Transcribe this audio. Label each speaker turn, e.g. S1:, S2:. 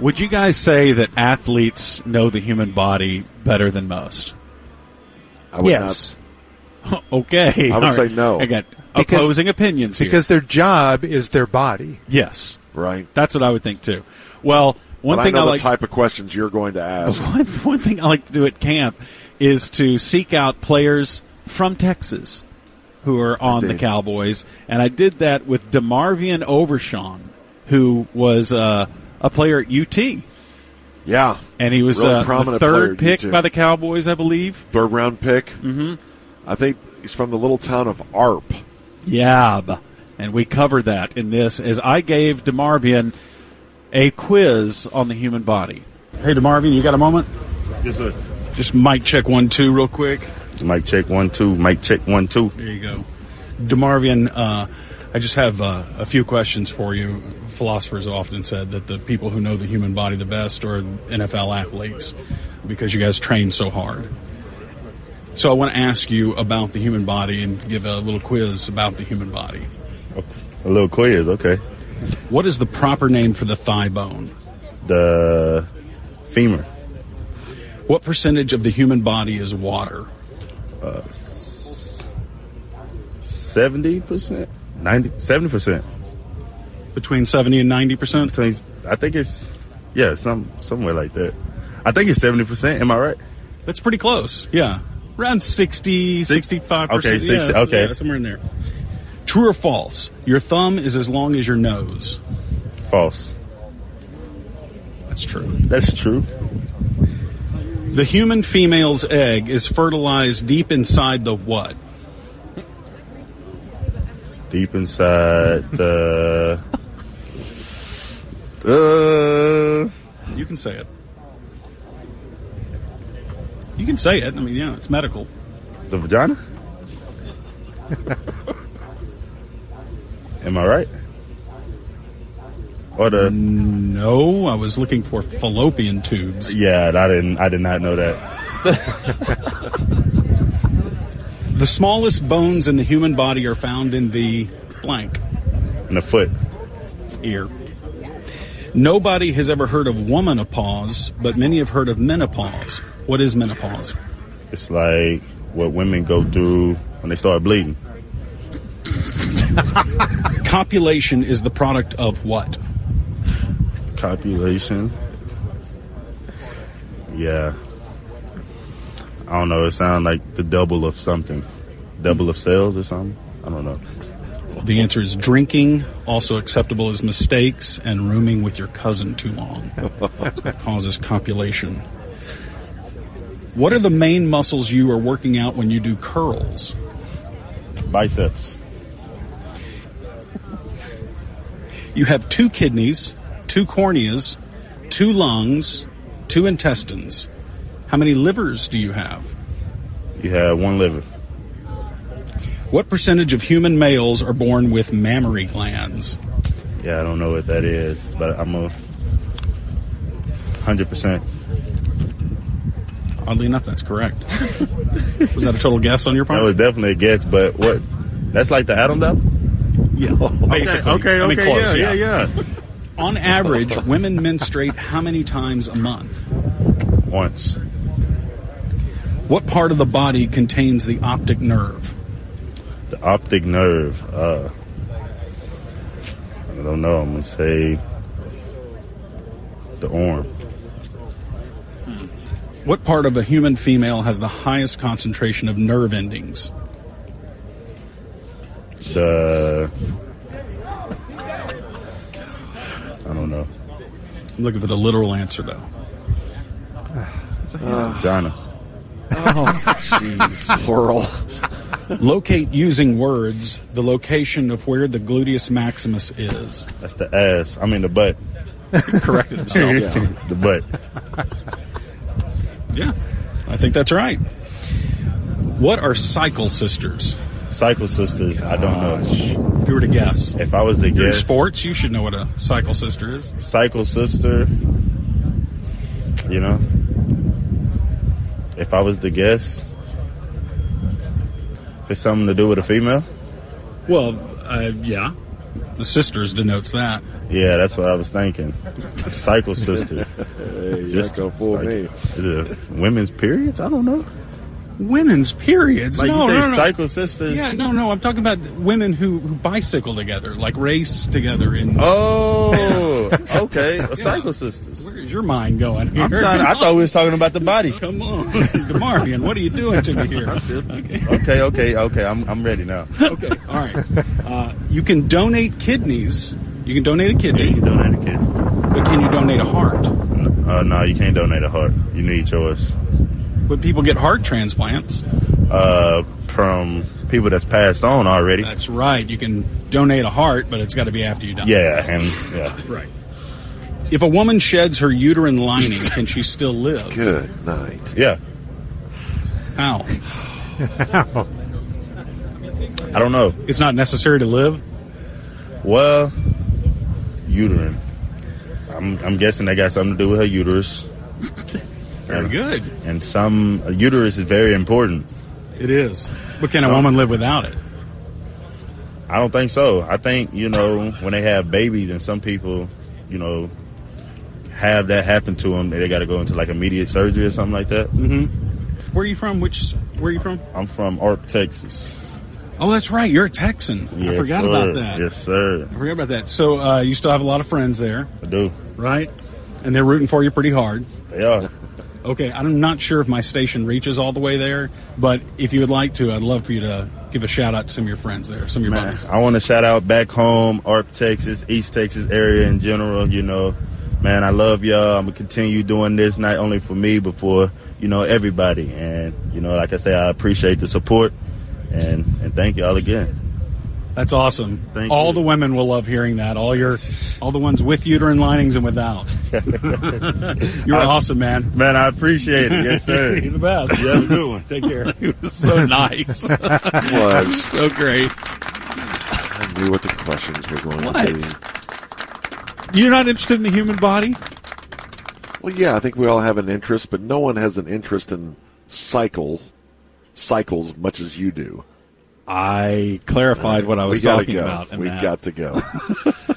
S1: Would you guys say that athletes know the human body better than most?
S2: I would
S3: yes.
S1: okay.
S2: I would
S1: all
S2: say no.
S1: I got
S3: Because-
S1: opposing opinions here.
S3: Because their job is their body.
S1: yes,
S2: not. Right.
S1: that's what I would think too. Well, one
S2: But
S1: thing
S2: I know the
S1: like
S2: type of questions you're going to ask.
S1: one, one thing I like to do at camp is to seek out players from Texas who are on the
S2: Indeed.
S1: Cowboys, and I did that with Demarvian Overshawn, who was uh, a player at UT,
S2: Yeah.
S1: and he was
S2: Really
S1: uh, the
S2: prominent player
S1: third
S2: at
S1: pick
S2: UT.
S1: by the Cowboys, I believe.
S2: Third round pick. Mm-hmm. I think he's from the little town of Arp.
S1: Yab, and we cover that in this as I gave Demarvian a quiz on the human body. Hey, Demarvian, you got a moment?
S4: Yes, sir.
S5: Just mic check one two real quick.
S4: Mic check one two. Mic check one two.
S5: There you go, Demarvin. Uh, I just have uh, a few questions for you. Philosophers have often said that the people who know the human body the best are NFL athletes because you guys train so hard. So I want to ask you about the human body and give a little quiz about the human body.
S4: A little quiz, okay.
S5: What is the proper name for the thigh bone?
S4: The femur,
S5: What percentage of the human body is water?
S4: seventy percent, 90 70 percent.
S5: Between 70 and 90 percent?
S4: Between, I think it's, yeah, some somewhere like that. I think it's seventy percent. Am I right?
S5: That's pretty close. Yeah. Around 60,
S4: Six-
S5: 65%.
S4: okay,
S5: Yeah,
S4: sixty-
S5: so-
S4: okay.
S5: yeah, somewhere in there. True or false? Your thumb is as long as your nose.
S4: False.
S5: That's true.
S4: That's true.
S5: The human female's egg is fertilized deep inside the what?
S4: Deep inside the. Uh,
S5: You can say it. You can say it. I mean, yeah, it's medical.
S4: the vagina. Am I right? Or the
S5: No, I was looking for fallopian tubes.
S4: Yeah, I didn't. I did not know that.
S5: The smallest bones in the human body are found in the blank.
S4: In the foot,
S5: ear. Nobody has ever heard of womanopause, but many have heard of menopause. What is menopause?
S4: it's like what women go through when they start bleeding.
S5: Copulation is the product of what?
S4: Copulation. Yeah. I don't know. It sounds like the double of something, double of cells or something. I don't know.
S5: The answer is drinking, also acceptable as mistakes, and rooming with your cousin too long. causes copulation. What are the main muscles you are working out when you do curls?
S4: Biceps.
S5: You have two kidneys, two corneas, two lungs, two intestines. How many livers do you have?
S4: You have one liver.
S5: What percentage of human males are born with mammary glands?
S4: Yeah, I don't know what that is, but I'm a hundred percent.
S5: Oddly enough, that's correct. Was that a total guess on your
S4: That
S5: part?
S4: was definitely a guess, but what? That's like the atom double.
S5: yeah, basically.
S4: Okay. Okay.
S5: I mean, close,
S4: yeah. Yeah. Yeah.
S5: On average, women menstruate how many times a month?
S4: Once.
S5: What part of the body contains the optic nerve?
S4: The optic nerve. Uh, I don't know. I'm gonna say the arm.
S5: What part of a human female has the highest concentration of nerve endings?
S4: The I don't know.
S5: I'm looking for the literal answer, though.
S4: Vagina.
S2: Plural.
S5: Locate using words the location of where the gluteus maximus is.
S4: That's the ass. I mean the butt.
S5: Corrected himself.
S4: the butt.
S5: Yeah, I think that's right. What are cycle sisters?
S4: Cycle sisters. I don't know.
S5: If you were to guess,
S4: If I was to
S5: you're in
S4: guess,
S5: sports, you should know what a cycle sister is.
S4: cycle sister. You know. If I was to guess, it's something to do with a female.
S5: Well, uh, yeah, The sisters denotes that.
S4: Yeah, that's what I was thinking. Cycle sisters.
S2: Hey, Just gonna fool me.
S4: is it women's periods? I don't know.
S5: Women's periods.
S4: Like
S5: no,
S4: you say,
S5: no, no, no.
S4: cycle sisters.
S5: Yeah, no, no. I'm talking about women who, who bicycle together, like race together. In
S4: Oh, okay. A cycle sisters.
S5: where's your mind going here?
S4: I'm trying. I thought we was talking about the body. sh-
S5: Come on, Demarvin, what are you doing to me here? Okay,
S4: Okay, okay, okay. I'm I'm ready now.
S5: okay, all right. Uh, you can donate kidneys. You can donate a
S4: Yeah,
S5: kidney,
S4: you can donate a kid.
S5: but can you donate a heart?
S4: Uh, no, you can't donate a heart. You need yours
S5: Would people get heart transplants?
S4: uh, from people that's passed on already.
S5: That's right. You can donate a heart, but it's got to be after you die.
S4: Yeah, and yeah.
S5: Right. If a woman sheds her uterine lining, can she still live?
S2: Good night.
S4: Yeah.
S5: How?
S4: I don't know.
S5: It's not necessary to live?
S4: Well, uterine. I'm, I'm guessing that got something to do with her uterus.
S5: Very good.
S4: And some a uterus is very important.
S5: It is. But can a woman live without it?
S4: I don't think so. I think you know when they have babies, and some people, you know, have that happen to them. They got to go into like immediate surgery or something like that.
S5: Mm-hmm. Where are you from? Which? Where are you from?
S4: I'm from Arp, Texas.
S5: Oh, that's right. You're a Texan. I
S4: Yes,
S5: forgot
S4: sir.
S5: about that.
S4: Yes, sir.
S5: I forgot about that. So uh, you still have a lot of friends there,
S4: I do.
S5: right? And they're rooting for you pretty hard.
S4: They are.
S5: Okay, I'm not sure if my station reaches all the way there, but if you would like to, I'd love for you to give a shout out to some of your friends there, some of your buddies.
S4: Uh, I want to shout out back home, Arp, Texas, East Texas area in general. You know, man, I love y'all. I'm gonna continue doing this not only for me but for you know everybody. And you know, like I say, I appreciate the support and and thank y'all again.
S5: That's awesome.
S4: Thank
S5: all
S4: you.
S5: the women will love hearing that. All your, all the ones with uterine linings and without. You're awesome, man.
S4: Man, I appreciate it. Yes, sir.
S5: You're the best.
S4: you have a good one.
S5: Take care. It was so nice.
S2: What?
S5: so great.
S2: I knew what the questions were going
S5: What?
S2: to be.
S1: You're not interested in the human body?
S2: Well, yeah, I think we all have an interest, but no one has an interest in cycle cycles much as you do.
S1: I clarified what I was
S2: we gotta
S1: talking
S2: go.
S1: about. in
S2: we
S1: that.
S2: got to go.